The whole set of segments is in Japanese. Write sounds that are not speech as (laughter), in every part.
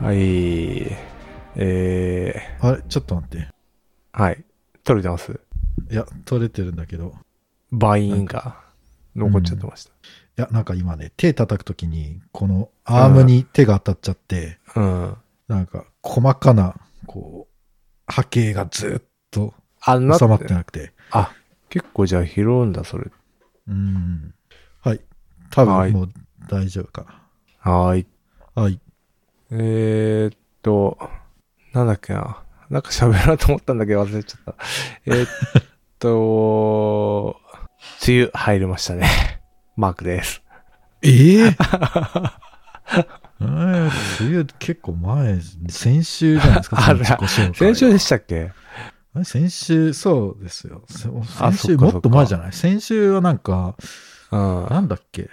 はい。えあれ、ちょっと待って。ー、はい。取れてます。いや、取れてるんだけど。バインが残っちゃってました。いや、なんか今ね、手叩くときに、このアームに手が当たっちゃって、うん。なんか細かな、こう、波形がずっとあ、な収まってなくて。あ、結構じゃあ拾うんだ、それ。うん。はい。多はい分もう大丈夫かはーい。な。はい。えー、っと、なんだっけな。なんか喋ろうと思ったんだけど忘れちゃ (laughs) った。えー、っと、梅雨入りましたね。マークです。ええ (laughs) えー梅雨結構前、先週じゃないですか、 (laughs) あその自己紹介先週でしたっけあれ先週、そうですよ。せあ先そっ週、かもそっかっと前じゃない先週はなんか、うん。なんだっけ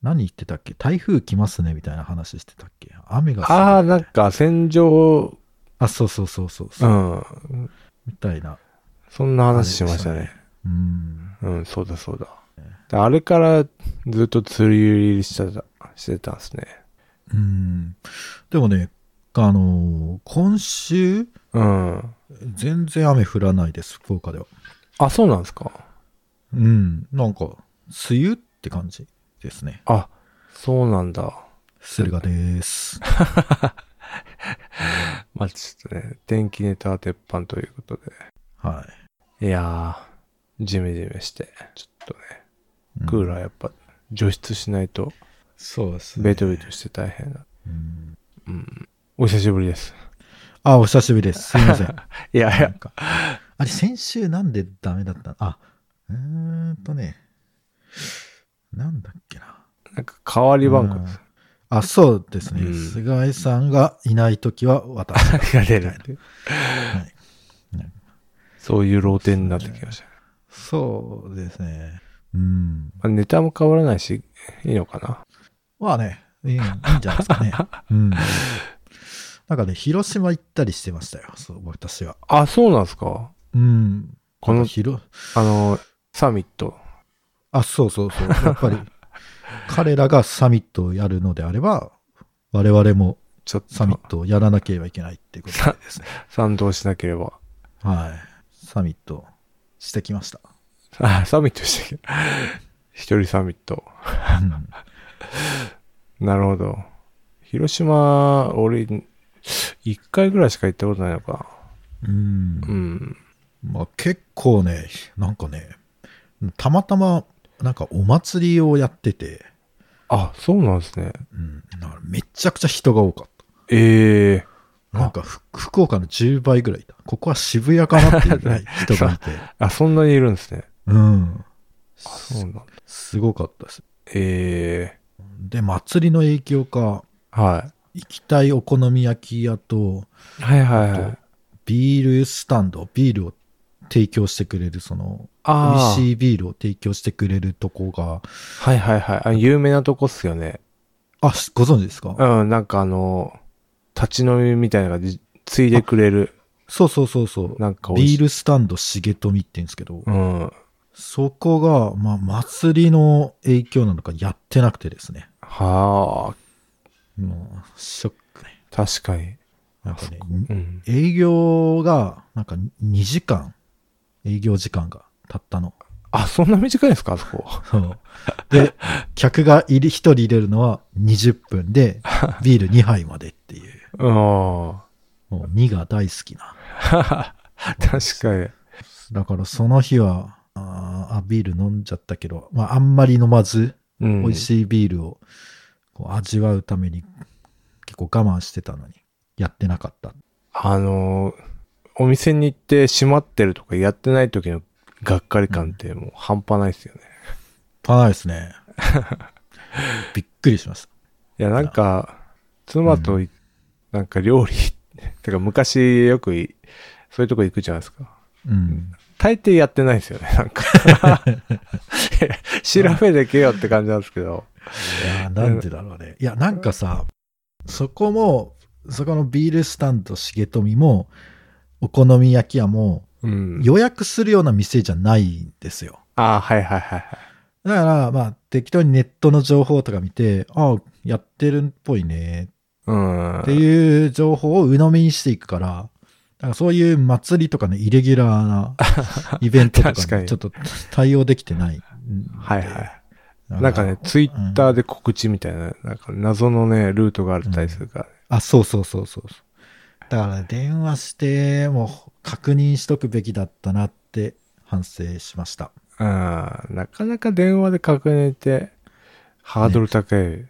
何言ってたっけ台風来ますねみたいな話してたっけ雨がすごいああ、なんか戦場、あ、そうそうそうそううそう、ん。みたいな。そんな話しましたあれねで。うん。うん、そうだそうだ。であれからずっと釣り入りしてた、してたんですね。うん。でもね、あのー今週、うん。全然雨降らないです、福岡では。あ、そうなんですか。うん。なんか、梅雨って感じですね。あ、そうなんだ。駿河です。まあ、ちょっとね、天気ネタは鉄板ということはで。いやー、ジメジメして、ちょっとね、い。うんクーラーやっぱ除湿しないと、そうですね。ベトベトして大変だ。うんうん。お久しぶりです。あ、お久しぶりです。すいません。いやいなやん、かあれ、先週なんでダメだったのあ、うーんとね、なんだっけな。なんか変わり番号です。あ、そうですね。うん菅井さんがいないときは私。 (laughs) が出るっていうはいそういうローテンになってきました。そうですね。うん。まあ、ネタも変わらないし、いいのかな。まあね、いいいいんじゃないです (laughs) かね。うん。なんかね、広島行ったりしてましたよ。そう、私は。あ、そうなんですか。うん。このなんか広、あの、サミット。あ、そうそうそう。やっぱり、彼らがサミットをやるのであれば、我々もちょっとサミットをやらなければいけないっていうことでですね。賛同しなければ。はい。サミットしてきました。あ、サミットしてきた。 (laughs) 一人サミット。うんなるほど。広島、俺、一回ぐらいしか行ったことないのか。うんうん。まあ、結構ね、なんかね、たまたま、なんかお祭りをやってて、あ、そうなんですね。うん、だからめちゃくちゃ人が多かっええた。なんかふ福岡の10倍ぐらいいた。ここは渋谷かなっていうぐらい人がいて、あ、そんなにいるんですね。うあ、ん、そうなんだ。すごかったです。ええで、祭りの影響か、は行きたいお好み焼き屋と、い。はいはいはい。ビールスタンド、ビールを提供してくれる、その、美ああ。味しいビールを提供してくれるとこが、はいはいはい。あ有名なとこっすよね。あ、しご存知ですかうん、なんかあの、立ち飲みみたいなのがついでくれる。そうそうそうそう。なんか美味しビいールスタンド重富って言うんですけど、うん。そこが、まあ、祭りの影響なのかやってなくてですね。はあ、もう、ショックね。確かに。なんかね、うん。営業が、なんか2時間、営業時間がたったの。あ、そんな短いんですかあそこ。そう。で、客が入り、1人入れるのは20分で、ビール2杯までっていう、うん。もう2が大好きな。 (laughs) 確かに。だからその日は、あーあビール飲んじゃったけど、まああんまり飲まず、うん。美味しいビールをこう味わうために結構我慢してたのに、やってなかった。あのーお店に行って閉まってるとかやってない時のがっかり感ってもう半端ないですよね。パないで (laughs) すね。びっくりしました。いや、なんか、妻とい、なんか料理、 (laughs) てか昔よくい、そういうとこ行くじゃないですか。うん。大抵やってないですよね、なんか。 (laughs) 調べてけよって感じなんですけど。いやーなんでだろうね。いや、なんかさ、そこも、そこのビールスタンド重富も、お好み焼き屋も、うん。予約するような店じゃないんですよ。ああ、はいはいはいはい。だから、まあ、適当にネットの情報とか見て、ああ、やってるっぽいね。うん。っていう情報を鵜呑みにしていくから、なんかそういう祭りとかのイレギュラー (laughs) なイベントと確かかににちょっと対応できてない。はいはい。なんかね、ツイッターで告知みたいな、なんか謎のね、ルートがあったりするからね。あ、そうそうそうそうそう。だから電話して、もう確認しとくべきだったなって反省しました。うん。なかなか電話で確認って、ハードル高い。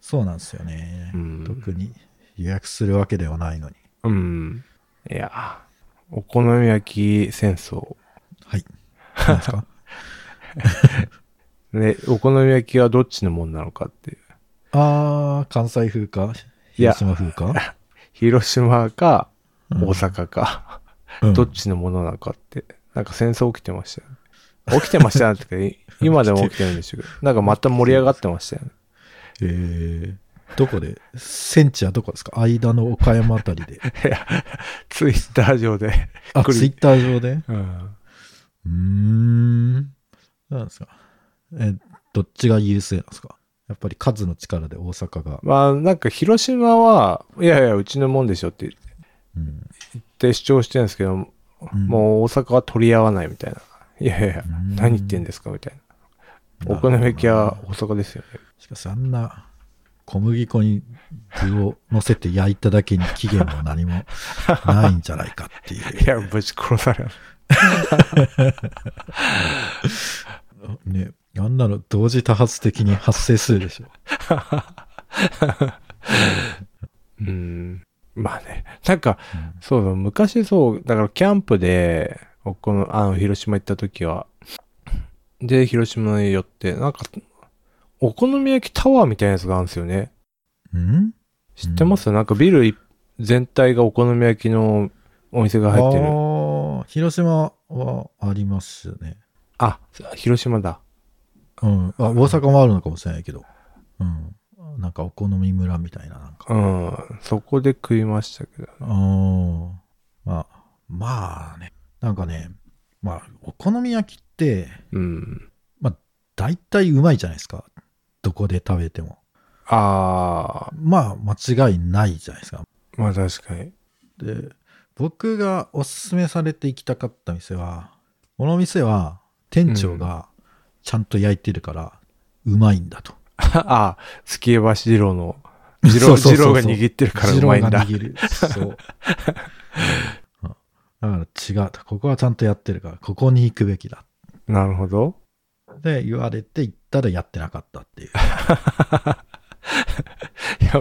そうなんですよね。うん特に予約するわけではないのに。うん。いや、お好み焼き戦争。はい。何で (laughs) すかね、お好み焼きはどっちのもんなのかっていう。あー、関西風かいや広 (laughs) 島風か、広島か、うん大阪か、うんどっちのものなのかって。なんか戦争起きてましたよね。起きてましたよね (laughs) ってか、今でも起きてるんでしょうけど。なんかまた盛り上がってましたよね。えー、どこで戦地はどこですか間の岡山あたり (laughs) で。 (laughs) いや、ツイッター上で。あ、来るツイッター上でうん。うーん。なんですかえ、どっちが優勢なんですかやっぱり数の力で大阪が。まあ、なんか広島は、いやいや、うちのもんでしょって言うん。って主張してるんですけど、うんもう大阪は取り合わないみたいな。いやいやうん、何言ってんですかみたいな。なるおほ好どみ焼きは大阪ですよね。しかしあんな小麦粉に具を乗せて焼いただけに期限も何もないんじゃないかっていいや、ぶち殺される。う。ね。あんなの同時多発的に発生するでしょ。うん。まあね。なんか、そうそう、昔そう、だからキャンプで、この、あの、広島行った時は、で、広島に寄って、なんか、お好み焼きタワーみたいなやつがあるんですよね。うん知ってます、なんかビルい全体がお好み焼きのお店が入ってる。ああ、広島はありますね。あ、広島だ。うん。あ、大阪もあるのかもしれないけど。うん。なんかお好み村みたいな、なんか。うん。そこで食いましたけど。あーまあ、まあね。なんかね、まあ、お好み焼きって、うん。大体うまいじゃないですか。どこで食べても。あまあ、間違いないじゃないですか。ー、まあ確かに。 (laughs) で、僕がおすすめされて行きたかった店は、この店は店長がちゃんと焼いてるから、うまいんだと。あ、月江橋二郎の、二 (laughs) そ郎、うそう二そうそ郎うが握ってるからうまいん二郎がだ。握る。 (laughs) そう。うんだから違うと。ここはちゃんとやってるから、ここに行くべきだ。なるほど。で、言われて行ったらやってなかったっていう。いや、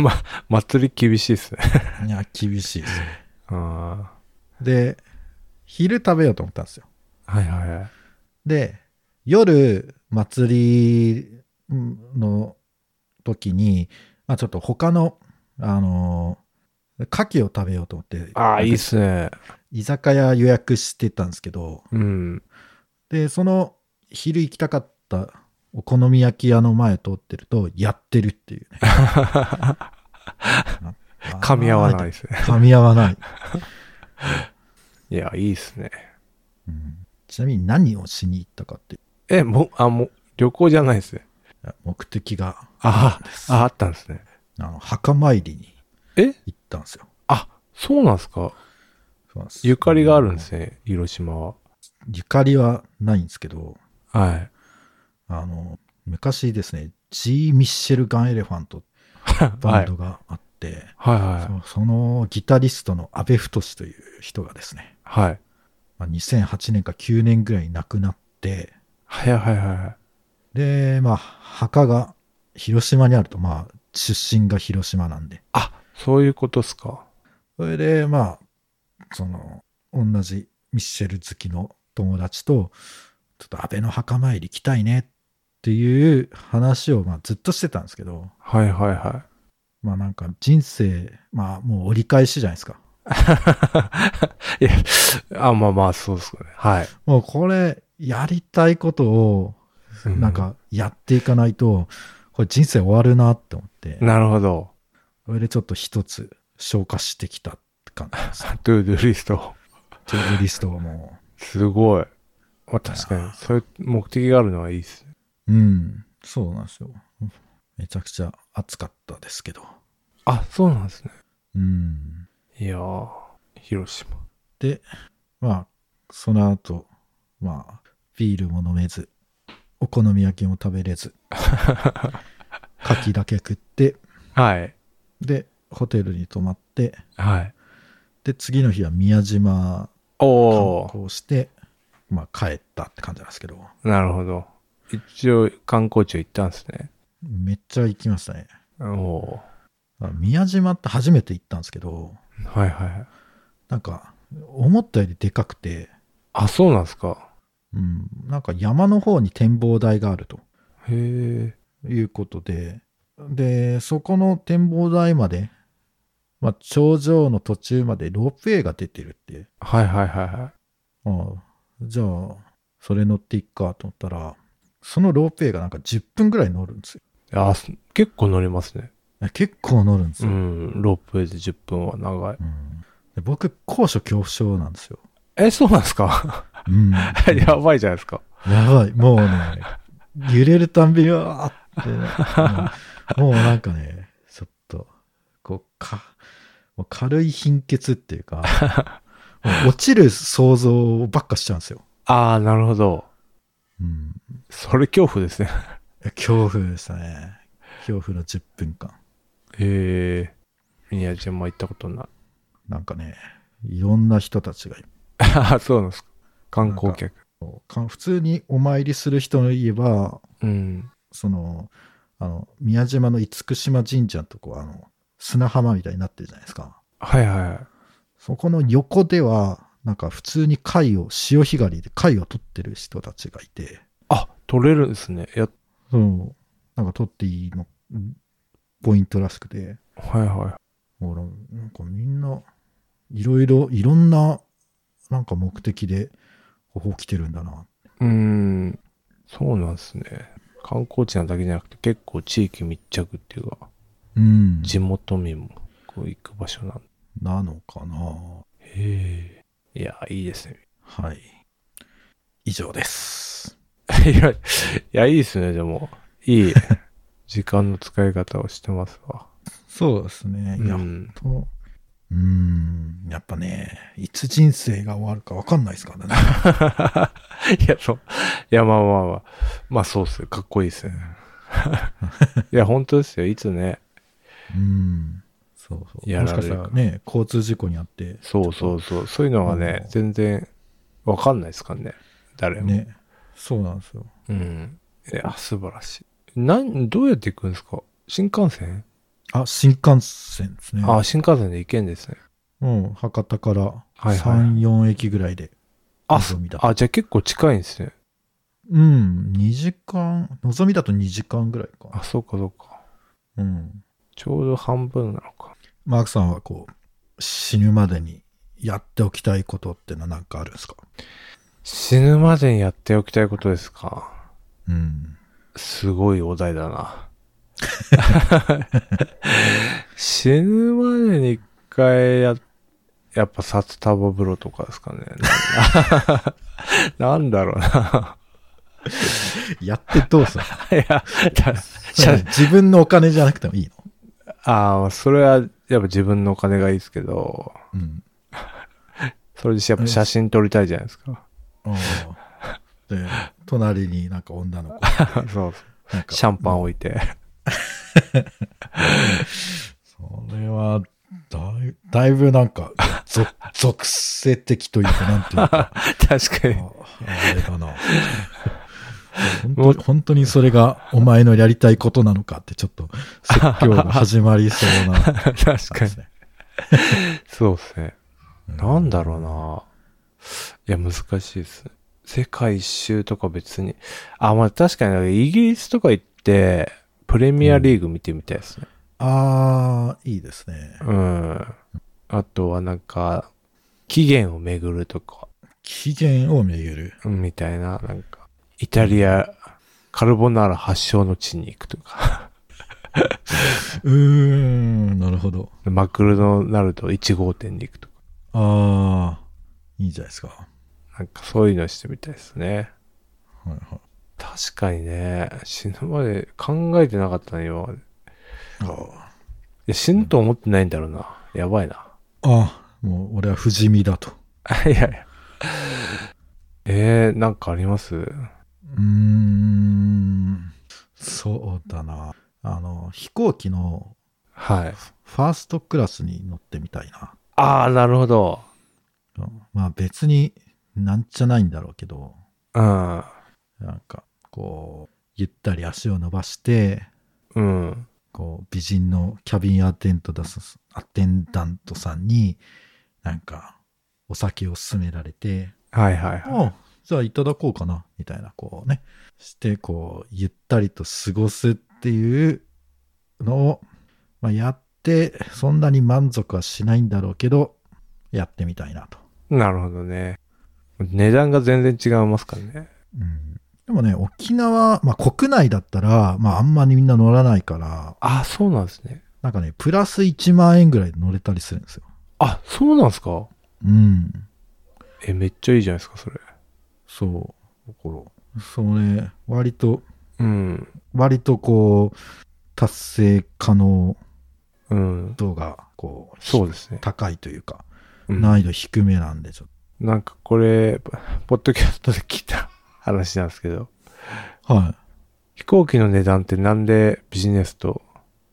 ま、祭り厳 (laughs) しいですね。いや、厳しいですね。あで、昼食べようと思ったんですよ。あ。はいはいはい。で、夜、祭りの時に、まあちょっと他の、あのー、牡蠣を食べようと思って、ああ、いいっすね。居酒屋予約してたんですけど、うん。で、その昼行きたかったお好み焼き屋の前通ってると、やってるっ (laughs) ていうね。噛み合わないでい。すね。噛み合わない。いや、いいっすね。うんちなみに何をしに行ったかっていうえ、もう、あ、もう、旅行じゃないですね。いや目的が、ああ、ああったんですね。あの墓参りにえ行ったんですよ。あ、そうなんですか。そうなんですゆかりがあるんですね、広島は。ゆかりはないんですけど、はい。あの、昔ですね、G ・ミッシェル・ガン・エレファントって (laughs) バはンい。ドがあって、はいはい。そそのギタリストの阿部太という人がですね、はい。まあ、2008年か9年ぐらいに亡くなって、はいはいはいはい。で、まあ、墓が広島にあると、まあ、出身が広島なんで、あ、そういうことっすか。それで、まあ、その、同じミッシェル好きの友達と、ちょっと安倍の墓参り行きたいねっていう話を、まあ、ずっとしてたんですけど、はいはいはまあなんか人生、まあもう折り返しじゃないですか。 (laughs) い。いや、あ、まあまあ、そうっすかね。はい。もうこれ、やりたいことを、うんなんかやっていかないと、これ人生終わるなって思って、なるほど。それでちょっと一つ消化してきたって感 (laughs) じです。トゥードゥーリスト。トゥードゥリストはもすごい。まあ、確かに、そういう目的があるのはいいっすね。う、うん、そうなんですよ。めちゃくちゃ暑かったですけど。あ、そうなんですね。うん。いやー、広島。で、まあ、その後、まあ、ビールも飲めず、お好み焼きも食べれず、柿だけ食って、はい。で、ホテルに泊まって、はい。で、次の日は宮島観おー、光して、まあ、帰ったって感じなんですけど、なるほど。一応観光地は行ったんですね。めっちゃ行きましたね。おー。あ宮島って初めて行ったんですけど、はいはいはい。なんか、思ったよりでかくて、あ、そうなんですか。うん、なんか山の方に展望台があるとへえ。いうことで、で、そこの展望台まで、まあ、頂上の途中までロープウェイが出てるって、はいはいはいはああ、じゃあ、それ乗っていっかと思ったら、そのロープウェイがなんか10分ぐらい乗るんですよ。い。あ、す結構乗りますね。いや結構乗るんですうよ。ん。ロープウェイで10分は長い。うんで僕、高所恐怖症なんですよ。え、そうなんですか (laughs) うん、やばいじゃないですか。やばい、もうね、揺れるたんびに、うわーってな、もうもうなんかね、ちょっと、こう、か、もう軽い貧血っていうか、もう落ちる想像ばっかしちゃうんですよ。ああ、なるほど。うん。それ恐怖ですね。いや恐怖でしたね。恐怖の10分間。へえ。宮島行ったことない。 (laughs) なんかね、いろんな人たちがいるああ、そうなんですか。観光客。か普通にお参りする人の言えば、うん。その、あの、宮島の厳島神社のとこ、あの、砂浜みたいになってるじゃないですか。はいはいはい。そこの横では、なんか普通に貝を、潮干狩りで貝を取ってる人たちがいて、あ、取れるんですね。や、そう、なんか取っていいの、ポイントらしくて、はいはほら、なんかみんな、いろいろ、いろんな、なんか目的で、ここ来てるんだな。い。うん。そうなんですね。観光地なだけじゃなくて結構地域密着っていうか、うん。地元民もこう行く場所なんで。なのかな。へえ。いや、いいですね。 (laughs) はい。以上です。いや、いや、いいですね、でも。いい時間の使い方をしてますわ。そうですね。うやっん。と、うーん、やっぱね、いつ人生が終わるか分かんないですからね。いや、そう。いや、まあまあまあ。まあそうっすよ。かっこいいっす (laughs) ね。いや、本当ですよ。いつね。うん。そうそう。やもしられるかしたからね、交通事故にあって、そうそうそう。そういうのがねう、ん全然わかんないですからね。誰も。ね、そうなんですよ。うん。いや、素晴らしい。なん、どうやって行くんですか新幹線、あ、新幹線ですね。ああ、新幹線で行けんですね。うん、博多からいはい3、4駅ぐらいで、あ、望みだと。あ、じゃあ結構近いんですね。うん、2時間、のぞみだと2時間ぐらいか。あ、そうかそうか。うん。ちょうど半分なのか。マークさんはこう、死ぬまでにやっておきたいことってのはなんかあるんですか死ぬまでにやっておきたいことですかうん。すごいお題だな。死ぬまでに一回や、やっぱ札束風呂とかですかね。 (laughs) なんなんだろうな。やってど (laughs) うするいや、だそれ (laughs) 自分のお金じゃなくてもいいのああ、それはやっぱ自分のお金がいいですけど、うん。それでやっぱ写真撮りたいじゃないですか。あーで、隣になんか女の子。そう (laughs) そう。なんかシャンパン置いて。 (laughs) それは、だいだいぶなんか、 (laughs) ぞ属性的というか、なんていうか、確かに。ああれだな。本当に本当にそれがお前のやりたいことなのかって、ちょっと説教が始まりそうな感 (laughs) 確じかでにす。ね。そうですね。うなんだろうな。いや、難しいですね。世界一周とか別に。あ、まあ確かに、イギリスとか行って、プレミアリーグ見てみたいですね。ああ、いいですね。うん。あとはなんか、期限を巡るとか、期限を巡る。うんみたいな、なんか、イタリア、カルボナーラ発祥の地に行くとか、 (laughs) うーん、なるほど。マクドナルド1号店に行くとか、ああ、いいじゃないですか。はなんかそういうのしてみたいですね。いはい。確かにね、死ぬまで考えてなかったね、今まで。ああや、死ぬと思ってないんだろうな。やばいな。ああ、もう俺は不死身だと。 (laughs) いやいや。えー、なんかありますうーん、そうだな。あの、飛行機のはい。ファーストクラスに乗ってみたいな。ああ、なるほど。うんまあ別になんじゃないんだろうけど、うん。なんかこう、ゆったり足を伸ばして、うん。こう、美人のキャビンアテントだす、アテンダントさんに、なんか、お酒を勧められて、はいはいはあじゃあいただこうかな、みたいな、こうね、して、こう、ゆったりと過ごすっていうのを、まあ、やって、そんなに満足はしないんだろうけど、やってみたいなと。い。なるほどね。値段が全然違いますからね。うん。でもね、沖縄、まあ、国内だったら、まあ、あんまりみんな乗らないから、ああ、そうなんですね。なんかね、プラス1万円ぐらいで乗れたりするんですよ。あ、そうなんですかうん。え、めっちゃいいじゃないですか、それ。そう。心。それ、割と、うん。割とこう、達成可能うん。度が、こう、そうですね。高いというか、うん難易度低めなんで、ちょっなんかこれ、ポッドキャストで聞いた話なんですけど、と。はい。飛行機の値段ってなんでビジネスと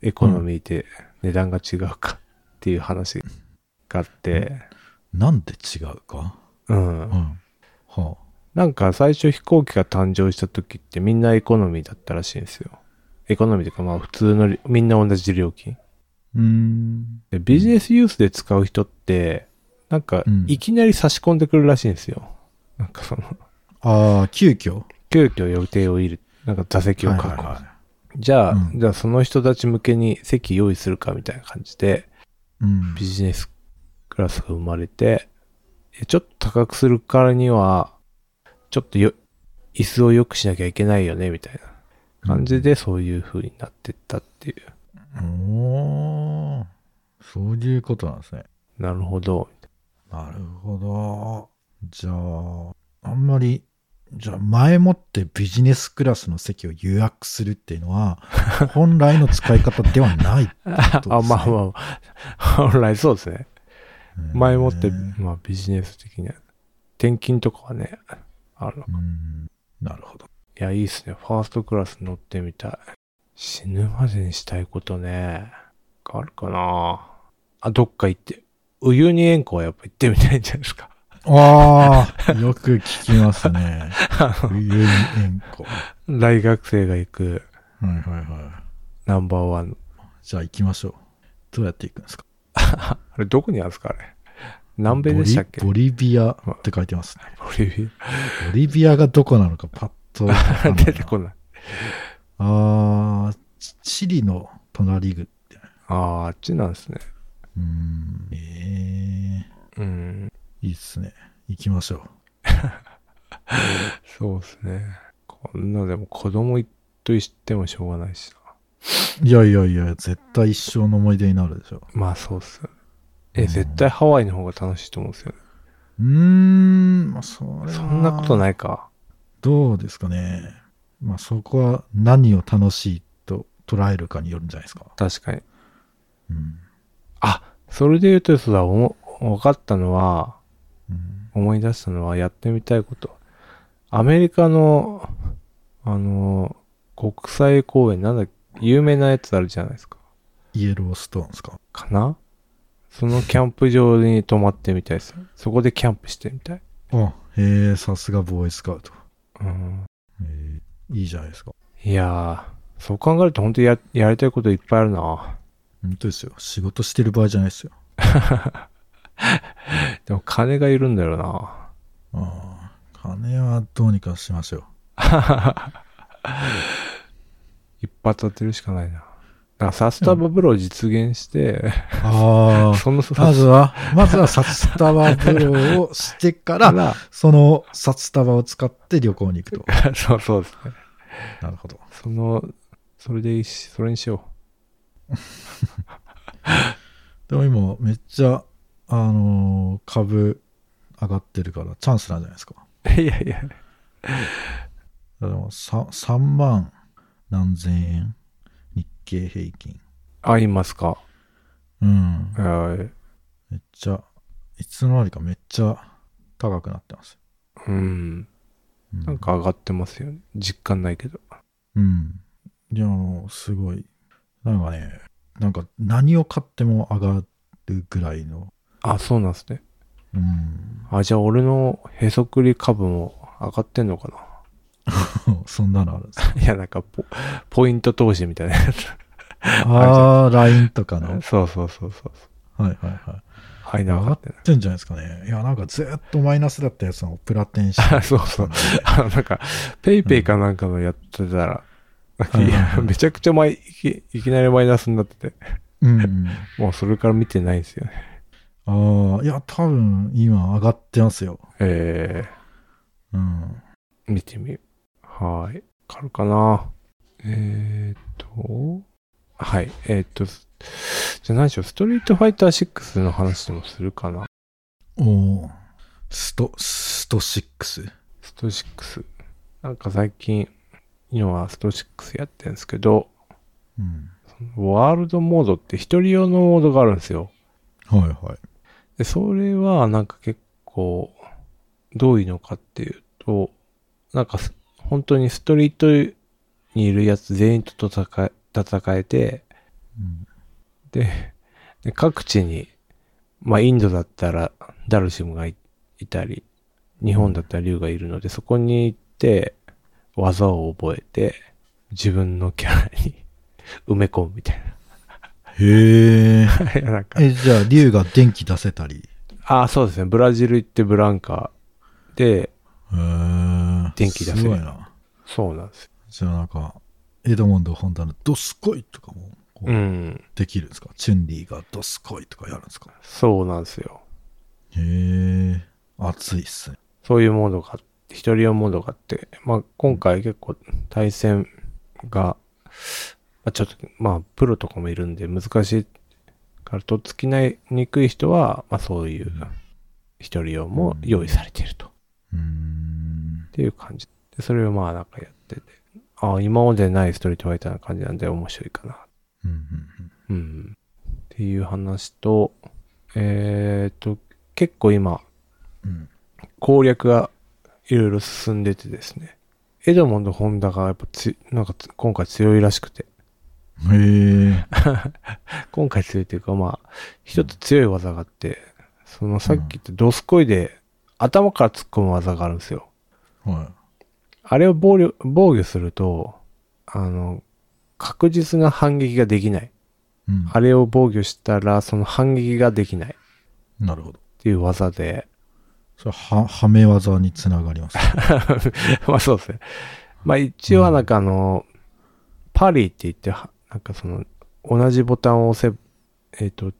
エコノミーで値段が違うかっていう話があって、なんで違うかうん。うん。はあ。なんか最初飛行機が誕生した時ってみんなエコノミーだったらしいんですよ。エコノミーというかまあ普通のりみんな同じ料金。うーん。で、ビジネスユースで使う人って、なんかうんいきなり差し込んでくるらしいんですよ。なんかその、ああ、急遽急遽予定を入れ、なんか座席を確保。はいはいはいじゃあ、うんじゃあその人たち向けに席用意するかみたいな感じで、うん。ビジネスクラスが生まれて、えちょっと高くするからには、ちょっとよ、椅子を良くしなきゃいけないよね、みたいな感じで、そういう風になってったっていう。おーそういうことなんですね。なるほど。なるほど。じゃあ、あんまり、じゃあ前もってビジネスクラスの席を予約するっていうの (laughs) は、本来の使い方ではないってことですね、 (laughs) あ、まあまあ、本来そうですね。うん前もって、うまあビジネス的な。転勤とかはね、あの、いん、なるほど。や、いいっすね。ファーストクラス乗ってみたい。死ぬまでにしたいことね。あるかなあ、どっか行って。ウユニ塩湖はやっぱ行ってみたいんじゃないですか。 (laughs) ああ、 (laughs) よく聞きます (laughs) ね。ウユニ塩湖。は大学生が行くいはいはい。ナンバーワン。じゃあ行きましょう。どうやって行くんですかあれ、どこにあるんですかあれ。南米でしたっけボボリボリビアって書いてますね。リビボリビアがどこなのかパッとわかア。 (laughs) んないな。出てこない。あーチチリの隣ぐって。ああ、あっちなんですね。うーん。えうん。えいいっすね。行きましょそうですね。こんなでも子供と言ってもしょうがないしな。う。いやいやいや、絶対一生の思い出になるでしょ。まあそうっすよね。うえ、ん絶対ハワイの方が楽しいと思うんですよね。うーん、まあ、それは。そんなことい。ないか。どうですかね。まあ、そこは何を楽しいと捉えるかによるんじゃないですか。確かに。うん。あ、それで言うと、そうだ、おも、分かったのは、うん、思い出したのはやってみたいこと。アメリカの、あの、国際公園、なんだ、有名なやつあるじゃないですか。イエローストーンですか。かなそのキャンプ場に泊まってみたいです。そこでキャンプしてみたい。あ、へえ、さすがボーイスカウト。うん。ええいいじゃないですか。いやー、そう考えると本当や、やりたいこといっぱいあるな。本当ですよ。仕事してる場合じゃないですよ。でも金がいるんだよな。ああ、金はどうにかしましょう。一発当てるしかないな。だからサスタバブロを実現して、 (laughs) ああ、そのサまずスは、まずは札束風呂をしてかタら、バ、その札束を使って旅行に行くと。 (laughs) そうそうですね。なるほど。その、それでいいし、それにしよでも今、めっちゃ、あのー株上がってるから、チャンスなんじゃないですか。う。いやいや、でもさ3万何千円、日経平均。あ、いますか。うん。はい。めっちゃ、いつの間にかめっちゃ高くなってます。うん。うなんか上がってますよね。実感ないけど。うん。いや、もうすごい。なんかね、なんか何を買っても上がるぐらいの。あ、そうなんですね。うん。 (laughs) あ、じゃあ俺のへそくり株も上がってんのかなそんなのあるんです (laughs) かいや、なんか (laughs) ポ、ポイント投資みたいなやつ。 (laughs) ああ、LINE とかの。はいそうそうそうそう。はいはい。はい、な上上ががっってない。てんじゃないですかね。いや、なんかずっとマイナスだったやつをプラテンして。 (laughs) (laughs) あそうそう。あの、なんか、ペイペイかなんかのやってたら、うんいや (laughs) めちゃくちゃマイいき、いきなりマイナスになってて、うん。もうそれから見てないんですよね。ああ、いや、多分今上がってますよ。えうん。ー、見てみよう。はーい。買るかな。えーっと、はい。えーっと、すじゃあ何でしょう、ストリートファイター6の話でもするかな。おお。スト、スト6。スト6。なんか最近、今はスト6やってるんですけど、うん。ワールドモードって一人用のモードがあるんですよ。はいはい。で、それはなんか結構、どういうのかっていうと、なんかす本当にストリートにいるやつ全員と戦え、戦えて、うん。で、で各地に、まあインドだったらダルシムがいいたり、日本だったら竜がいるので、そこに行って、技を覚えて、自分のキャラに (laughs) 埋め込むみたい (laughs) へえ。な。いやなんか、え、じゃあ、竜が電気出せたり。あ、そうですね。ブラジル行ってブランカで、へー電気出せるすごいな。そうなんですよじゃあ、なんか、エドモンド・ホンダのドスコイとかも、こううん。できるんですか、チュンリーがドスコイとかやるんですかそうなんですよ。へえ。熱いっすね。そういうモードがあって、一人用モードがあって、まあ今回結構対戦が、まあちょっと、まあプロとかもいるんで難しいからとっつきないにくい人は、まあそういう一人用も用意されていると。っうーん。ていう感じ。で、それをまあなんかやってて、ああ、今までないストリートファイターな感じなんで面白いかな。うんうんうんうん。っていう話と、えーっと、結構今、うん。攻略がいろいろ進んでてですね。エドモンド・ホンダがやっぱつ、なんかつ今回強いらしくて。へえ。今回強いというかまあ、一つ強い技があって、そのさっき言ったドスコイで頭から突っ込む技があるんですよ。はあれを防御防御すると、あの、確実な反撃ができない。い。うん、あれを防御したらその反撃ができないっなるほど。ていう技で、それは、はめ技につながりますね。 (laughs) まあそうですね。まあ一応はなんかあの、パリーって言っては、なんかその、同じボタンを押せ、えっ、と、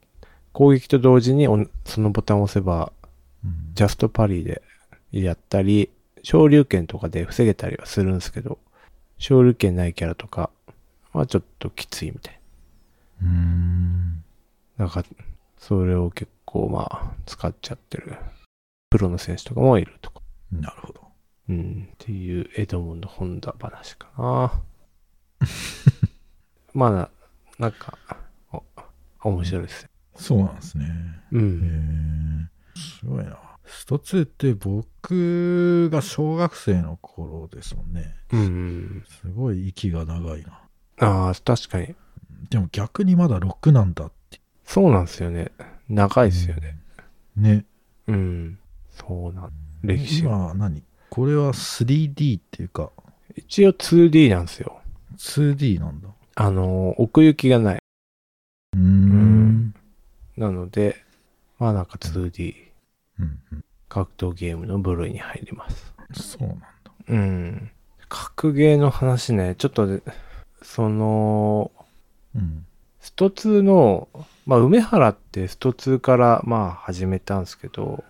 攻撃と同時におんそのボタンを押せば、うんジャストパリーでやったり、昇竜拳とかで防げたりはするんですけど、昇竜拳ないキャラとかはちょっときついみたい。うーん。な。なんか、それを結構まあ、使っちゃってる。プロの選手とかもいるとか。なるほど。うん、っていうエドモンド・ホンダ話かな。まあな、なんか、お面白いですよ。そうなんですね。うへん。え。すごいな。スト2って僕が小学生の頃ですもんね。うん。すごい息が長いな。ああ、確かに。でも逆にまだ6なんだって。そうなんですよね。長いですよね。ね。うん。そうなん。歴史が。今何これは 3D っていうか一応 2D なんですよ。 2D なんだ。あの、奥行きがない。うーん。なので、まあなんか 2D うんうん、格闘ゲームの部類に入ります。そうなんだ。うん。格ゲーの話ね、ちょっとね、その、うん。スト2の、まあ、梅原ってスト2から、まあ、始めたんですけど、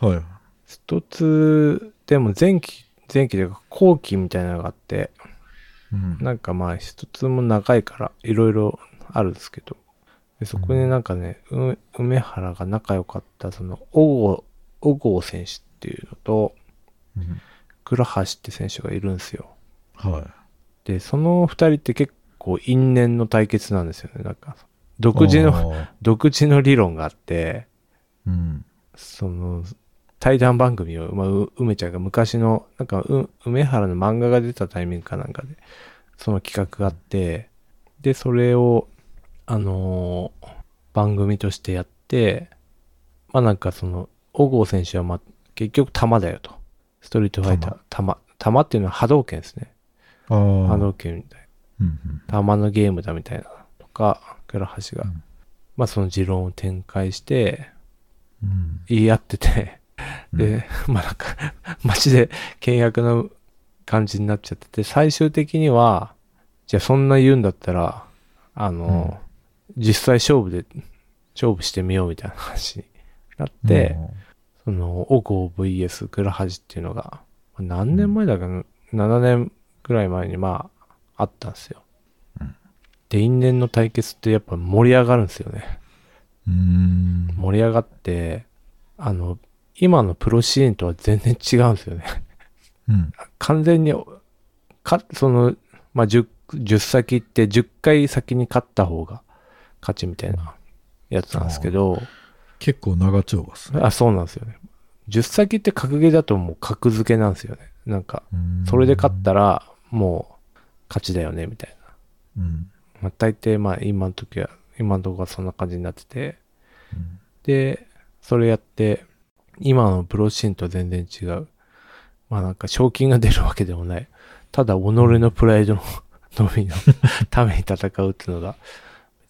はい。スト2でも前期、前期というか後期みたいなのがあって、うん、なんかまあ、スト2も長いから、いろいろあるんですけど、でそこになんかね、う梅原が仲良かった、その、小郷、小郷選手っていうのと、うん倉橋って選手がいるんですよ。はで、その二人って結構因縁の対決なんですよね。なんか、独自の、おー独自の理論があって、うん。その、対談番組を、まあ、う梅ちゃんが昔の、なんか、う梅原の漫画が出たタイミングかなんかで、その企画があって、で、それを、あのー番組としてやって、まあなんかその、小郷選手は、まあ、結局玉だよと。ストリートファイター、玉。玉っていうのは波動拳ですね。ああ。波動拳みたいな。うん玉のゲームだみたいな。とか、倉橋が。うんまあその持論を展開して、うん。うん言い合ってて、で、 (laughs) まあなんか、マジで険悪な感じになっちゃってて、最終的には、じゃあそんな言うんだったら、あの、実際勝負で、勝負してみようみたいな話になって、、その、オコ VS 倉橋っていうのが、何年前だかな、7年くらい前にまあ、あったんですよ。うんで、因縁の対決ってやっぱ盛り上がるんですよね。うん。うん盛り上がって、あの、今のプロシーンとは全然違うんですよね。うん。完全に、か、その、まあ、10、10先行って10回先に勝った方が勝ちみたいなやつなんですけど、結構長丁場っすね。あ、そうなんですよね。10先って格ゲーだともう格付けなんですよね。なんか、うんそれで勝っ。たらもう勝ちだよね、みたいな。うん。まあ、大抵まあ今の時は、今のところはそんな感じになってて、うんで、それやって、今のプロシーンとは全然違う。まあなんか賞金が出るわけでもない。ただ己のプライドの (laughs) のみのために戦うっていうのが、め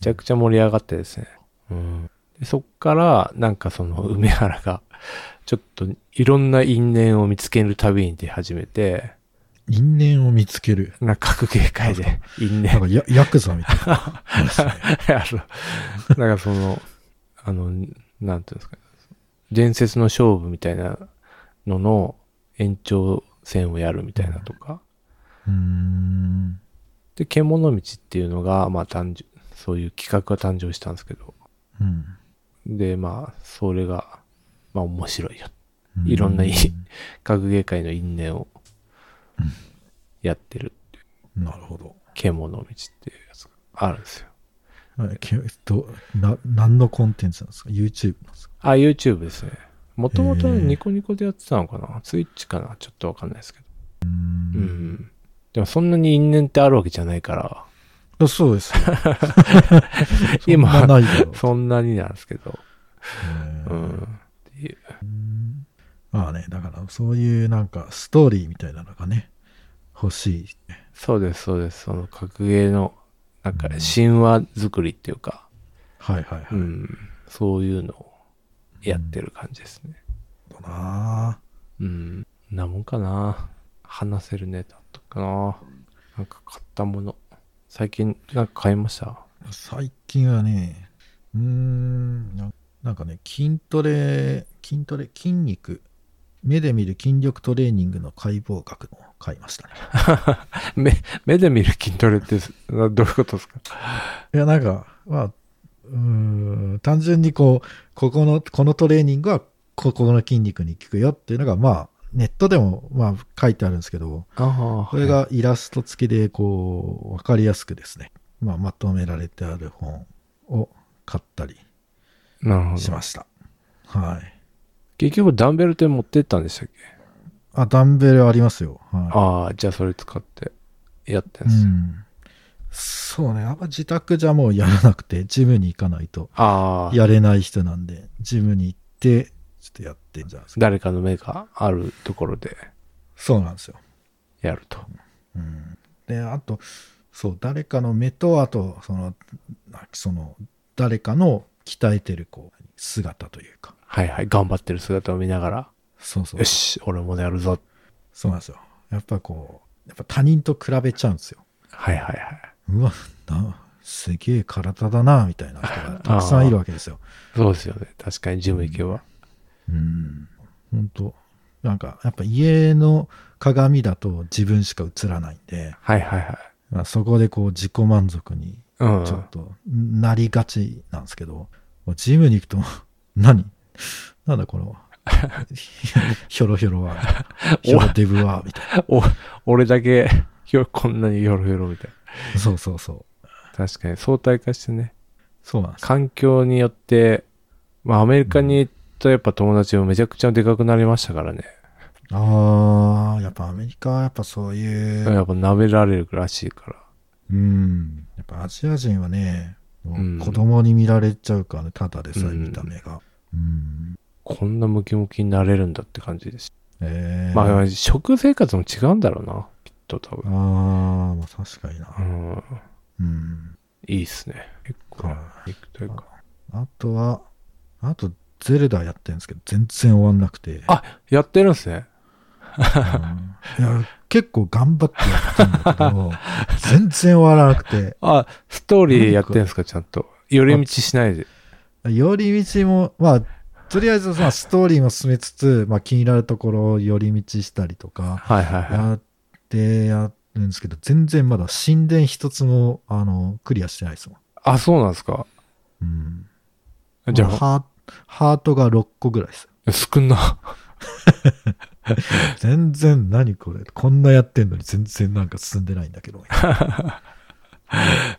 ちゃくちゃ盛り上がってですね。うん、でそっから、なんかその梅原が、ちょっといろんな因縁を見つける旅に出始めて、因縁を見つける。なんか格ゲー界で因縁なんかヤ (laughs) ヤクザみたいな話ね。 (laughs) あの、なんかその、あの、なんていうんですか、伝説の勝負みたいなのの延長戦をやるみたいなとか。うーん。で、獣道っていうのが、まあ誕生、そういう企画が誕生したんですけど。うんで、まあ、それが、まあ面白いよ。うんいろんないい格ゲー界の因縁をやってるっていうなるほど。獣道っていうやつがあるんですよ。あれけどな何のコンテンツなんですか ?YouTube なんですかあ、YouTube ですね。もともとへーニコニコでやってたのかなツイッチかなちょっとわかんないですけど。うーんう。ん。でもそんなに因縁ってあるわけじゃないから、あそうですよ。 (laughs) 今そんなないだろう。そんなになんですけど。えうーん。っていうまあね、だからそういうなんかストーリーみたいなのがね、欲しい。そうです、そうです。その格ゲーの、なんかうん神話作りっていうか、はいはいはい。うん、そういうのをやってる感じですね。だなうん。なもんかな。話せるネタとかな。なんか買ったもの。最近なんか買いましたあ最近はね、うーんな、なんかね、筋トレ、筋トレ、筋肉、目で見る筋力トレーニングの解剖学の買いましたね。目、目で見る筋トレってすなどういうことですかいや、なんか、まあ、うーん、単純にこう、ここの、このトレーニングは、ここの筋肉に効くよっていうのが、まあ、ネットでも、まあ、書いてあるんですけど、ああこれ、がイラスト付きで、こう、わかりやすくですね、まあ、まとめられてある本を買ったりなるほしど。ました。はい。結局ダンベルって持ってったんでしたっけあ、ダンベルありますよ。はああ、じゃあそれ使ってやってんい。うす。ん。そうね、あんま自宅じゃもうやらなくて、ジムに行かないとああ、やれない人なんで、ジムに行って、ちょっとやってんじゃないですか。誰かの目があるところでそうなんですよ。やると。うん、で、あと、そう、誰かの目と、あと、その、なその、誰かの鍛えてる、こう、姿というか。はいはい、頑張ってる姿を見ながら、そうそうよ。し、俺もやるぞ。そうなんですよ。やっぱこう、やっぱ他人と比べちゃうんですよ。はいはいはい。うわ、な、すげえ体だな、みたいな人がたくさんいるわけですよ。そうですよね。確かにジム行けば。うん。本当なんか、やっぱ家の鏡だと自分しか映らないんで、はいはいはい。まあ、そこでこう、自己満足にうん。ちょっとなりがちなんですけど、もうジムに行くと、 (laughs) 何なんだ (laughs) この、ひょろひょろは、ひょろデブは、みたいお俺だけ、 (laughs) ひょこんなによろよろみたいな。そうそうそう。な。確かに、相対化してね。そうなんですよ環境によって、まあ、アメリカに行ったやっぱ友達もめちゃくちゃでかくなりましたからね。ああ、やっぱアメリカはやっぱそういう、やっぱ舐められるらしいから。うん、やっぱアジア人はね、もううん子供に見られちゃうからね、ただでさえうん見た目が。うん。こんなムキムキになれるんだって感じです。ええまああ、食生活も違うんだろうな。きっと多あ分。ー、まあ確かになう。ん。うん。いいっすね。結構はい、行くというか。あとは、あと、ゼルダやってるんですけど、全然終わんなく (laughs) て。あ、やってるんすね。うんいや、結構頑張ってやってんだけ (laughs) ど、全然終わらなくて。あ、ストーリーやってるんですか、ちゃんと。寄り道しないで。寄り道も、まあ、とりあえず、まあ、ストーリーも進めつつ、まあ、気になるところを寄り道したりとか、はいはいはい。やってやるんですけど、全然まだ神殿一つも、あの、クリアしてないですもん。あ、そうなんですか。うん。じゃまハーハートが6個ぐらいです。あ、少んな。全然、何これ。こんなやってんのに全然なんか進んでないんだけど。 1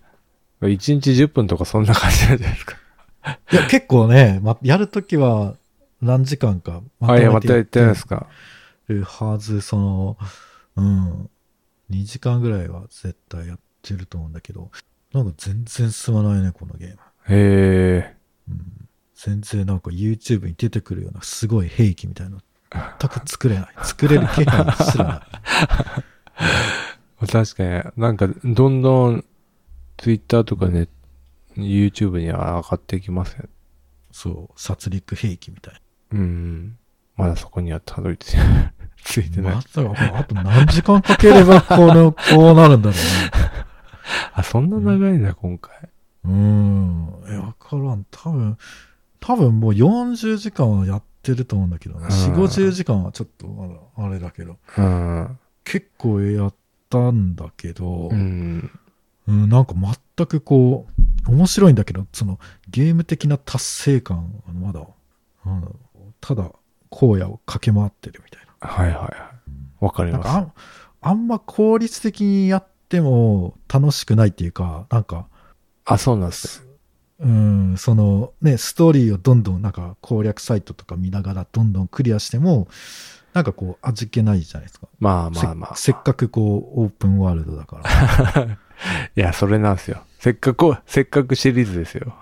日10分とかそんな感じなんじゃないですか。いや、結構ね、ま、やるときは何時間かまあ、いや、またややってないですか。るはず、その、うん、2時間ぐらいは絶対やってると思うんだけど、なんか全然進まないね、このゲーム。へえ。うん、全然なんか YouTube に出てくるようなすごい兵器みたいなの全く作れない。作れる気配す (laughs) らない。確かに、なんか、どんどん、Twitter とかね、YouTube には上がってきますよね。そう、殺戮兵器みたいうん。まだそこにはたどり着いてない。ついてな。ないま。さか、あと何時間かければこの、こうなるんだろうね。あ、そんな長いんだ、今回。うーん。いやわからん。多分、多分もう40時間はやってると思うんだけどうね。ん4、50時間はちょっとまだあれだけど。うん。結構やったんだけど、う、うんん。なんか全くこう、面白いんだけど、そのゲーム的な達成感、あのまだ、なんだろうただ、荒野を駆け回ってるみたいはいはいはい。わかりな。まなんかあす。んあんま効率的にやっても楽しくないっていうか、なんか、あ、そうなんです。うん、そのね、ストーリーをどんどんなんか攻略サイトとか見ながらどんどんクリアしても、なんかこう味気ないじゃないですか。まあまあまあ。せせっかくこうオープンワールドだ (laughs) から。いや、それなんですよ。せっかく、せっかくシリーズですよ。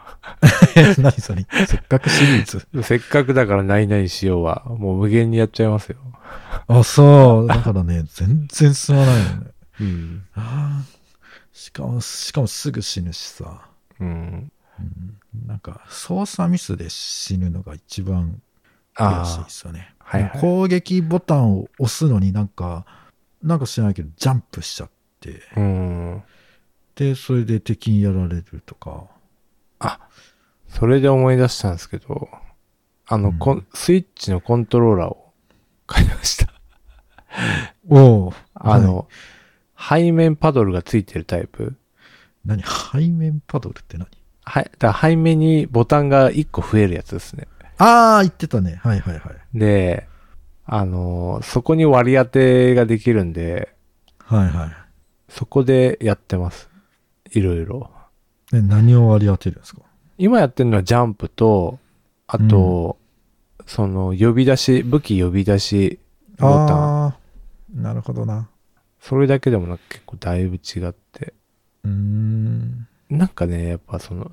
何それせっかくシリーズ。せっかくだから何々しようは、もう無限にやっちゃいますよ。 (laughs) あ、そう。だからね、全然進まないよね。うん。あー (laughs) しかも、しかもすぐ死ぬしさ。うん。うんなんか操作ミスで死ぬのが一番悔しいあですよね。あ、はいはい。攻撃ボタンを押すのになんか、なんか知らないけど、ジャンプしちゃって、うん。で、それで敵にやられるとか。あ、それで思い出したんですけど、あの、うんこんスイッチのコントローラーを買いました。おお。あの、背面パドルがついてるタイプ。何背面パドルって何はい、だから背面にボタンが1個増えるやつですね。ああ、言ってたね。はいはいはい。で、あの、そこに割り当てができるんで、はいはそこでやってます。いろいろ。い。で、何を割り当てるんですか今やってるのはジャンプと、あと、その、呼び出し、武器呼び出しボタン。あーなるほどな。それだけでもなんか結構だいぶ違って。うーん。なんかね、やっぱその、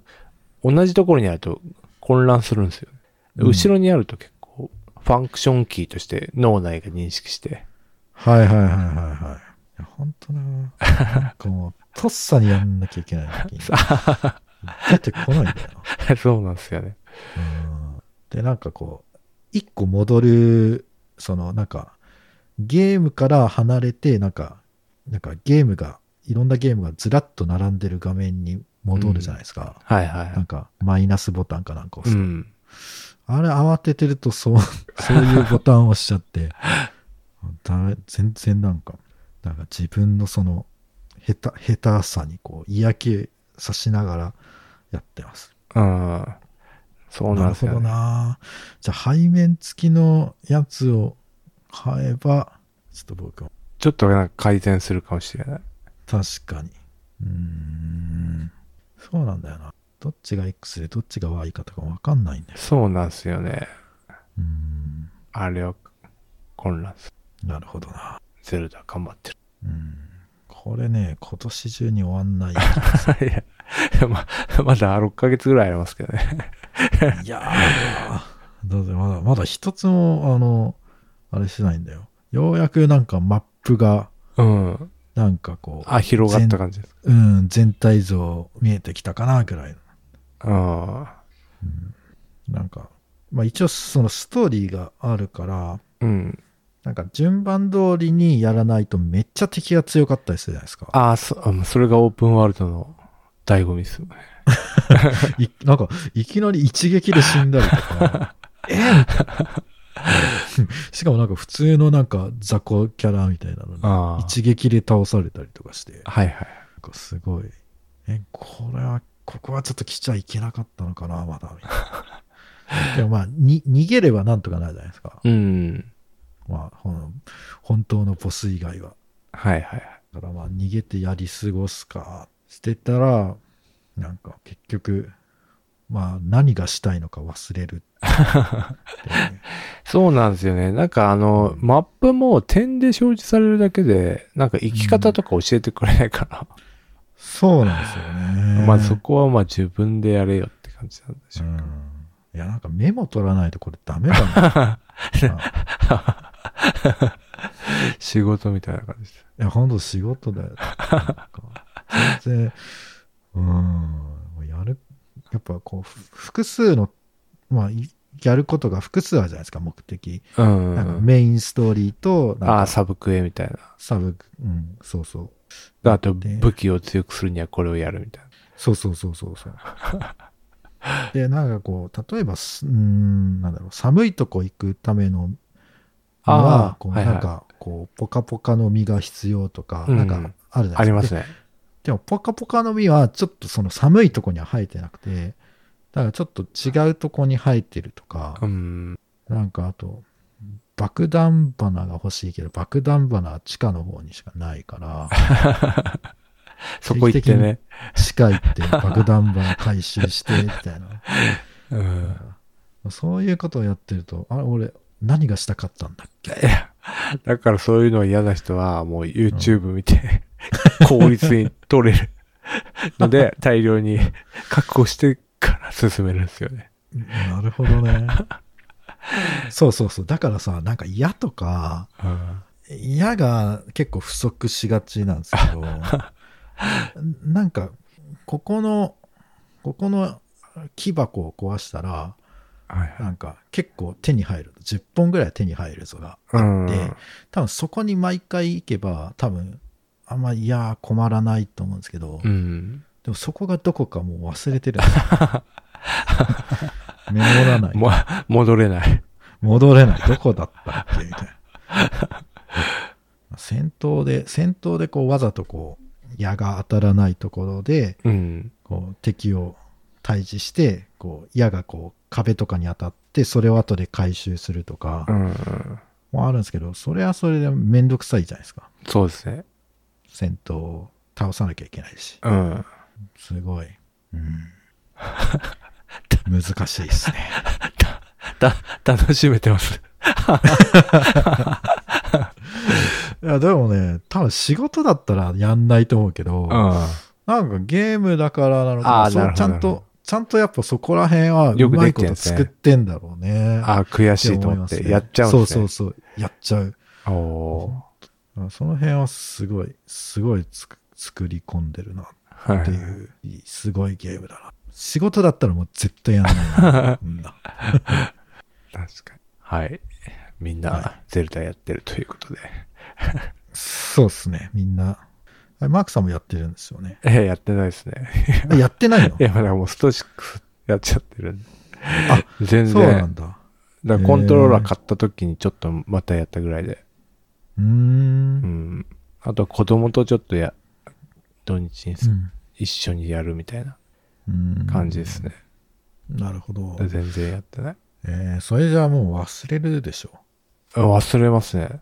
同じところにあると混乱するんですよ。うん後ろにあると結構、ファンクションキーとして脳内が認識して。はいはいはいはいはい。いや、ほんとな。 (laughs) なんかもう、とっさにやんなきゃいけない (laughs) 時に。出てこないんだよ (laughs) な。そうなんですよね。うんで、なんかこう、一個戻る、その、なんか、ゲームから離れて、なんか、なんかゲームが、いろんなゲームがずらっと並んでる画面に戻るじゃないですか。はいはいなはんか、マイナスボタンかなんかい。う押す。ん。あれ、慌ててると、そう、 (laughs) そういうボタンを押しちゃって、だ全然なんか、なんか自分のその、下手、下手さにこう、嫌気さしながらやってます。うん。そうななんるですほよ、ね。どな。じゃあ、背面付きのやつを買えば、ちょっと僕は、ちょっとなんか改善するかもしれない。確かに。うーん。そうなんだよな。どっちが X でどっちが Y かとかわかんないんだよ。そうなんですよね。うーん。あれは混乱すなるほどな。る。ゼルダ頑張ってる。うん。これね、今年中に終わん (laughs) な (laughs) い。いやいや、ま、まだ6ヶ月ぐらいありますけどね。いやー、だってまだ、まだ一つも、あの、あれしないんだよ。ようやくなんかマップが、うん。なんかこあ、広がった感じですか。う、うん、全体像見えてきたかな、ぐらいの。ああ。なんか、まあ一応そのストーリーがあるから、うん。なんか順番通りにやらないとめっちゃ敵が強かったりするじゃないですか。ああ、そうんそれがオープンワールドの醍醐味ですよね。いなんか、いきなり一撃で死んだり (laughs) とか。えーしかもなんか普通のなんか雑魚キャラみたいなのにああ。一撃で倒されたりとかして、なんはいはい。かすごい、え、これは、ここはちょっと来ちゃいけなかったのかな、まだ、みたいな。でもまあ、に、逃げればなんとかなるじゃないですか。うん。まあ、ほん本当のボス以外は。はいはいはい。だからまあ、逃げてやり過ごすか、してたら、なんか結局、まあ、何がしたいのか忘れるっていうねそうなんですよね。なんかあの、マップも点で表示されるだけで、なんか生き方とか教えてくれないから。そうなんですよ (laughs) ね。まあそこはまあ自分でやれよって感じなんでしうょう。ん。いや、なんかメモ取らないとこれダメだ (laughs) な。あ仕事みたいな感じで。いや、ほんと仕事だよ。なんか全然、うーん、もうやる、やっぱこう、ふ複数の、まあ、いやることが複数あるじゃないですか、目的。うん。なんかメインストーリーと、あなんあ、かサブクエみたいな。サブ、うん、そうそう。あと、で武器を強くするにはこれをやるみたいな。そうそうそうそ (laughs) うそう。で、なんかこう、例えばす、うーん、なんだろう、寒いとこ行くためのああは、こう、はいはいなんか、こう、ポカポカの実が必要とか、うんなんか、あるじゃないですか。ありますね。でも、ポカポカの実は、ちょっとその寒いとこには生えてなくて、だからちょっと違うとこに生えてるとかう、ん。なんかあと、爆弾花が欲しいけど、爆弾花は地下の方にしかないから、そこ行ってね。地下行って爆弾花回収して、みたいな。 (laughs) うん。そういうことをやってると、あれ、俺、何がしたかったんだっけだからそういうのは嫌な人は、もう YouTube 見て、効率に取れるので、大量に確保してから進めるんですよね。なるほどね。 (laughs) そうそうそう。だからさ、なんか嫌とか、うん。矢が結構不足しがちなんですけど (laughs) なんかここのここの木箱を壊したらはいはい。なんか結構手に入る10本ぐらい手に入るぞがうん。で多分そこに毎回行けば多分あんまいやー困らないと思うんですけど、うん。でもそこがどこかもう忘れてるんですよ (laughs) メモらないも、戻れない。戻れない。どこだったっけみたいな。 (laughs) 戦闘で、戦闘でこうわざとこう、矢が当たらないところで、うん。こう敵を退治して、こう矢がこう壁とかに当たって、それを後で回収するとかう、ん。もあるんですけど、それはそれでめんどくさいじゃないですか。そうですね。戦闘を倒さなきゃいけないし。うん。すごい。 (laughs) うん。難しいですね。た、楽しめてます。いや、でもね、多分仕事だったらやんないと思うけど、うん。あなんかゲームだからなのあかーそうなるほちどゃんなるほと、ちゃんとやっぱそこら辺はようくまでいきこてるんとですね作ってんだろうね。あ、悔てしいと思い思まっすね、て、やっちゃうんですそね。うそうそう、やっちゃう。そう。おーあその辺はすごい、すごいつく作り込んでるなはいっ (laughs) ていう、すごいゲームだな。仕事だったらもう絶対やんない (laughs) な。こんな確かに。はい。みんはな、ゼルダやってるということで。そうっすね、みんな。あれマークさんもやってるんですよね。えーやってないですね。あやってないのいや、だからもうストシックスやっちゃってるんで。あ全然。そうだなんだ。からコントローラー買った時にちょっとまたやったぐらいで。うー。うんん。あと子供とちょっとや、土日にすうん一緒にやるみたいなうん感じですね。なるほど。全然やってない。えー、それじゃあもう忘れるでしょ忘れますね。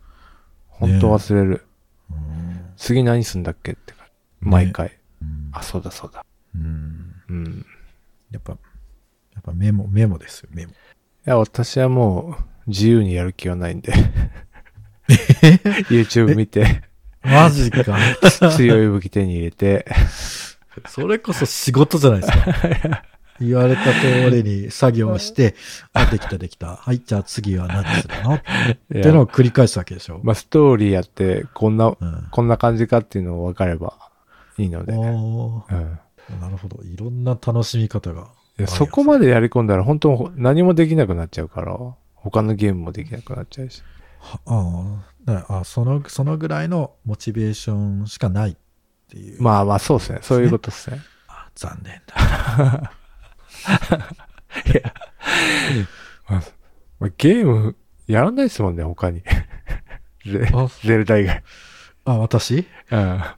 本当忘れる。う。うん。次何すんだっけって感じ。毎回。うんあ、そうだそうだ。うん。うん。やっぱ、やっぱメモ、メモですよ、メモ。いや、私はもう自由にやる気はないんで、YouTube 見て、マジ (laughs) か。強い武器手に入れ (laughs) て、それこそ仕事じゃないですか。 (laughs) 言われた通りに作業をして、あ、できたできた。はい、じゃあ次は何するのっていやのを繰り返すわけでしょ。まあ、ストーリーやって、こんな、うん。こんな感じかっていうのを分かればいいので、うおん、ーなるほど。いろんな楽しみ方が。いやそこまでやり込んだら本当ほ何もできなくなっちゃうから、他のゲームもできなくなっちゃうし。はああねあその、そのぐらいのモチベーションしかないっていう。まあまあそうですね。そういうことですね。あ、残念だ。まあ (laughs) まあゲームやらないですもんね、他に。 (laughs) ゼあゼルダ以外。あ、私うあ、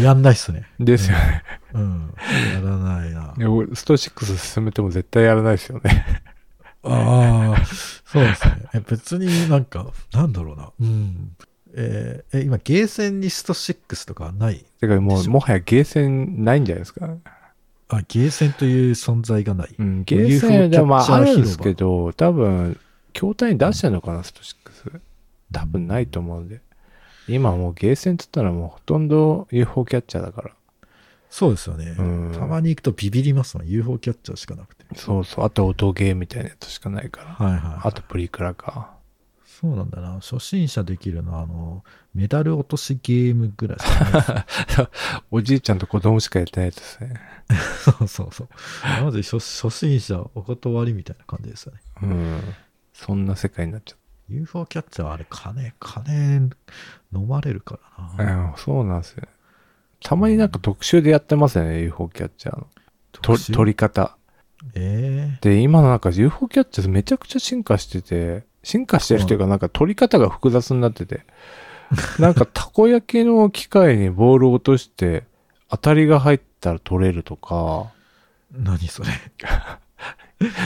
やんないっすね。ん。ですよね。うん。やらないな。でもスト6進めても絶対やらないですよね。ああ、そうですね。え別になんか、なんだろうな。うん。えーえ、今、ゲーセンにスト6とかはないてかもでう、しょもはやゲーセンないんじゃないですか。あ、ゲーセンという存在がない。うん、ゲーセン UFO でもまキあャあッチャーるんですけど、多分、筐体に出してるのかな、スト6。多分ないと思うんで。今もうゲーセンって言ったらもうほとんど UFO キャッチャーだから。そうですよね。うんたまに行くとビビりますもん。UFO キャッチャーしかなくて。そうそう。あと音ゲーみたいなやつしかないから。はいはい。あとプリクラか。そうなんだな。初心者できるのは、あの、メダル落としゲームぐらいしかない。おじいちゃんと子供しかやってないやつですね。そうそうそう。なので初、初心者お断りみたいな感じですよね。うん。そんな世界になっちゃっ UFO キャッチャーはあれ、金、金、飲まれるからた。な。うん、そうなんですよ。たまになんか特集でやってますよね、UFO キャッチャーの。と特集取り方。えで、今のなんか UFO キャッチャーめちゃくちゃ進化してて、進化してるというかなんか取り方が複雑になってて、なんかたこ焼きの機械にボールを落として、当たりが入ったら取れるとか、え何それ。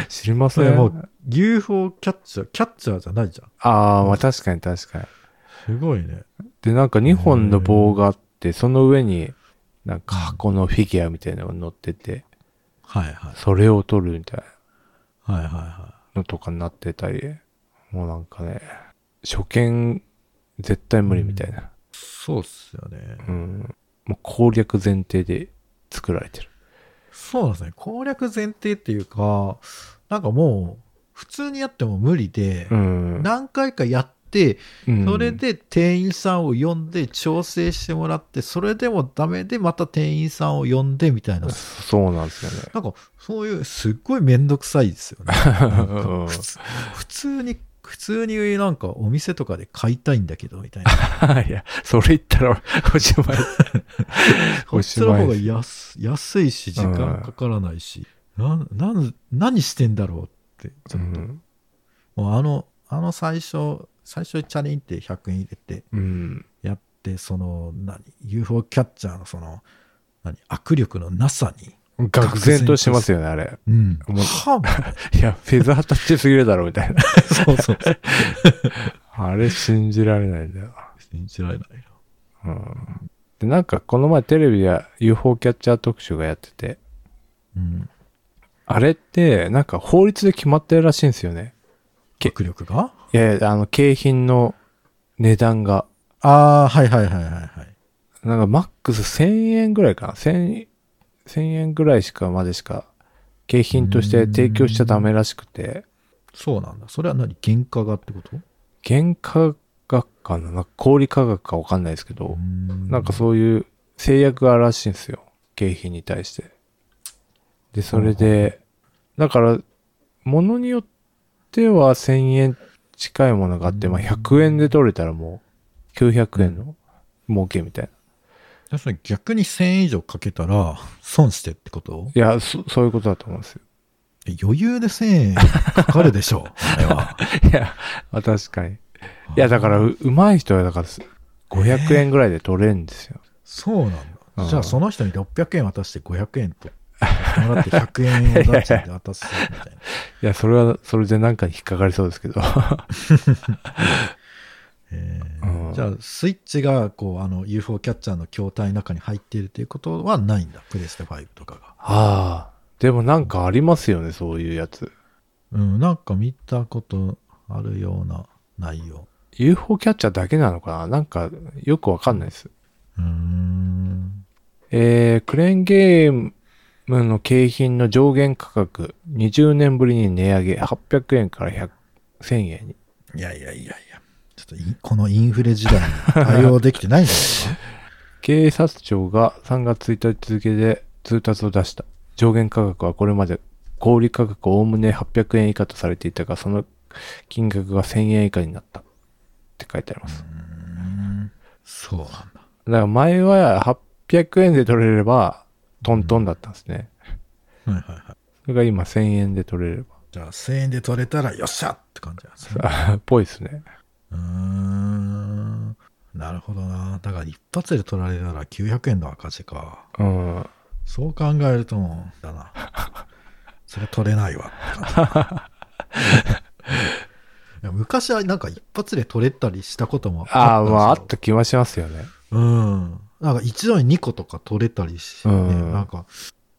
知りませそれもんう UFO キャッチャー、キャッチャーじゃないじゃん。ああ、まあ確かに確かに。すごいね。で、なんか2本の棒があって、その上に、なんか箱のフィギュアみたいなのが乗ってて、はいはい。それを取るみたいはいはいはなのとかになってたり、もうなんかね、初見絶対無理みたいな。い。そうっすよね。うん。もう攻略前提で作られてる。そうなんですね。攻略前提っていうか、なんかもう、普通にやっても無理で、うん。何回かやって、うんそれ、で店員さんを呼んで調整してもらって、それでもダメでまた店員さんを呼んでみたいな。そうなんですよね。なんか、そういう、すっごいめんどくさいですよね。うん普通普通に、普通になんかお店とかで買いたいんだけど、みたい (laughs) な。いや、それ言ったらおしまい。こっちの方が安安いし、時うん間かからないし、なん、なん、何してんだろうって、ちうょっと、ん。もうあの、あの最初、最初にチャリンって100円入れて、うん。やって、その、何、UFO キャッチャーのその、何、握力のなさに、愕然としますよね、あれ。うん。 (laughs) もうはぁいや、フェザータッチすぎるだろ、みたいな。そうそうそう。あれ信じられないんだよ。信じられないな。うん。で、なんかこの前テレビで UFO キャッチャー特集がやってて、うん。あれって、なんか法律で決まってるらしいんですよね。け握力がいやいや、あの、景品の値段が、ああ、はいはいはいはいはい。なんかマックス1000円ぐらいかな。1000、1000円ぐらいしかまでしか、景品として提供しちゃダメらしくて、そうなんだ。それは何原価がってこと原価学かななんか小売価格かわかんないですけど、ななんかそういう制約があるらしいんですよ。経費に対して。で、それで、だから、ものによっては1000円近いものがあって、まあ100円で取れたらもう900円の儲けみたいな。確かに逆に1000円以上かけたら損してってこといや、そそういうことだと思うんですよ。余裕で1000円かかるでしょ (laughs) あれは。いや、まあ確かに。いや、だから、ううまい人は、だからす、500円ぐらいで取れるんですよ。そうなんうだ。んじゃあその人に600円渡して500円と。もらって100円を出して渡すみたいな。いや、それは、それでなんかに引っかかりそうです (laughs) けど。えうんーじゃあ、スイッチが、こう、あの、UFO キャッチャーの筐体の中に入っているということはないんだ。プレステ5とかが。ああ、でもなんかありますよね、そういうやつ。うん、なんか見たことあるような内容。 UFO キャッチャーだけなのかななんかよくわかんないです。うーん。えー、クレーンゲームの景品の上限価格、20年ぶりに値上げ、800円から100 1000円に。いやいやいやいや。ちょっといこのインフレ時代に対応できてないんじゃないか警察庁が3月1日付で通達を出した。上限価格はこれまで小売価格おおむね800円以下とされていたが、その金額が1000円以下になった。って書いてあります。なうーん。そうなんだ。だから前は800円で取れればトントンだったんですね。はいはいはい。それが今1000円で取れれじゃあ1000円で取れたらよっしゃって感じなんですね。ば。 (laughs) ぽいですね。うーん。なるほどな。だから一発で取られたら900円の赤字か。うん。そう考えるともう、(laughs) だな。それ取れないわって感じ。いや昔はなんか一発で取れたりしたこともああ、まあ、あたんっでたす気はしますよね。ようん。なんか一度に2個とか取れたりして、ねうんなんか、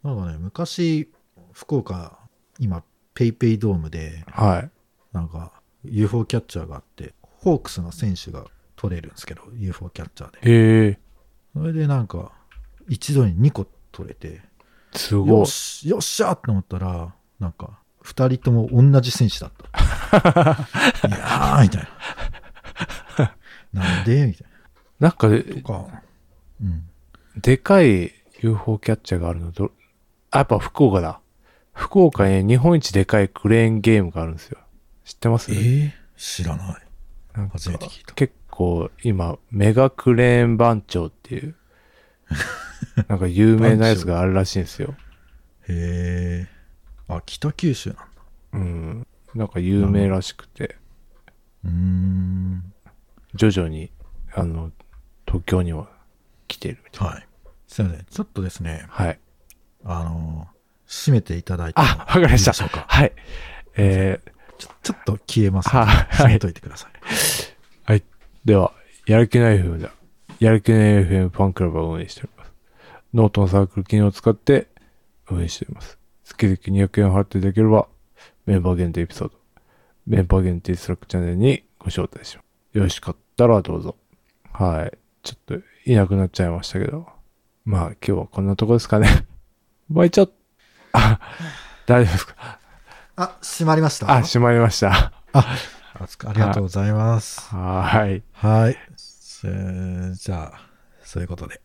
なんかね、昔、福岡、今、ペイペイドームで、はい。なんか UFO キャッチャーがあって、ホークスの選手が取れるんですけど、UFO キャッチャーで。へえ、それでなんか、一度に2個取れて、すよごい。し、よっしゃって思ったら、なんか、二人とも同じ選手だ (laughs) った。いやー、みたいな。なんでみたいなんかで、な。か、うん。でかい UFO キャッチャーがあるのど、あ、やっぱ福岡だ。福岡に日本一でかいクレーンゲームがあるんですよ。知ってますー、知らない。なんか初めて聞いた結構今、メガクレーン番長って (laughs) いう、なんか有名なやつがあるらしいんですよ。へえ。あ、北九州なんだ。うん。なんか有名らしくて、うーん。徐々に、あの、東京には来ているみたいはい。すいません。ちょっとですね、な。はい。あのー、締めていただいてもいいあ、わかりました。でしょうか。はい。えー、ちょちょっと消えます、ね。はい閉めといてください。はい。では、やる気ない FM だ。やる気ない FM ファンクラブを運営しております。ノートのサークル機能を使って運営しております。月々200円を払っていただければ、メンバー限定エピソード、メンバー限定スラックチャンネルにご招待します。よろしかったらどうぞ。はい。ちょっといなくなっちゃいましたけど。まあ今日はこんなとこですかね。バイチャッ (laughs) あ、大丈夫ですかあ、閉まりました。あ、閉まりました。あありがとうございます。はーい。はい。せーじゃあ、そういうことで。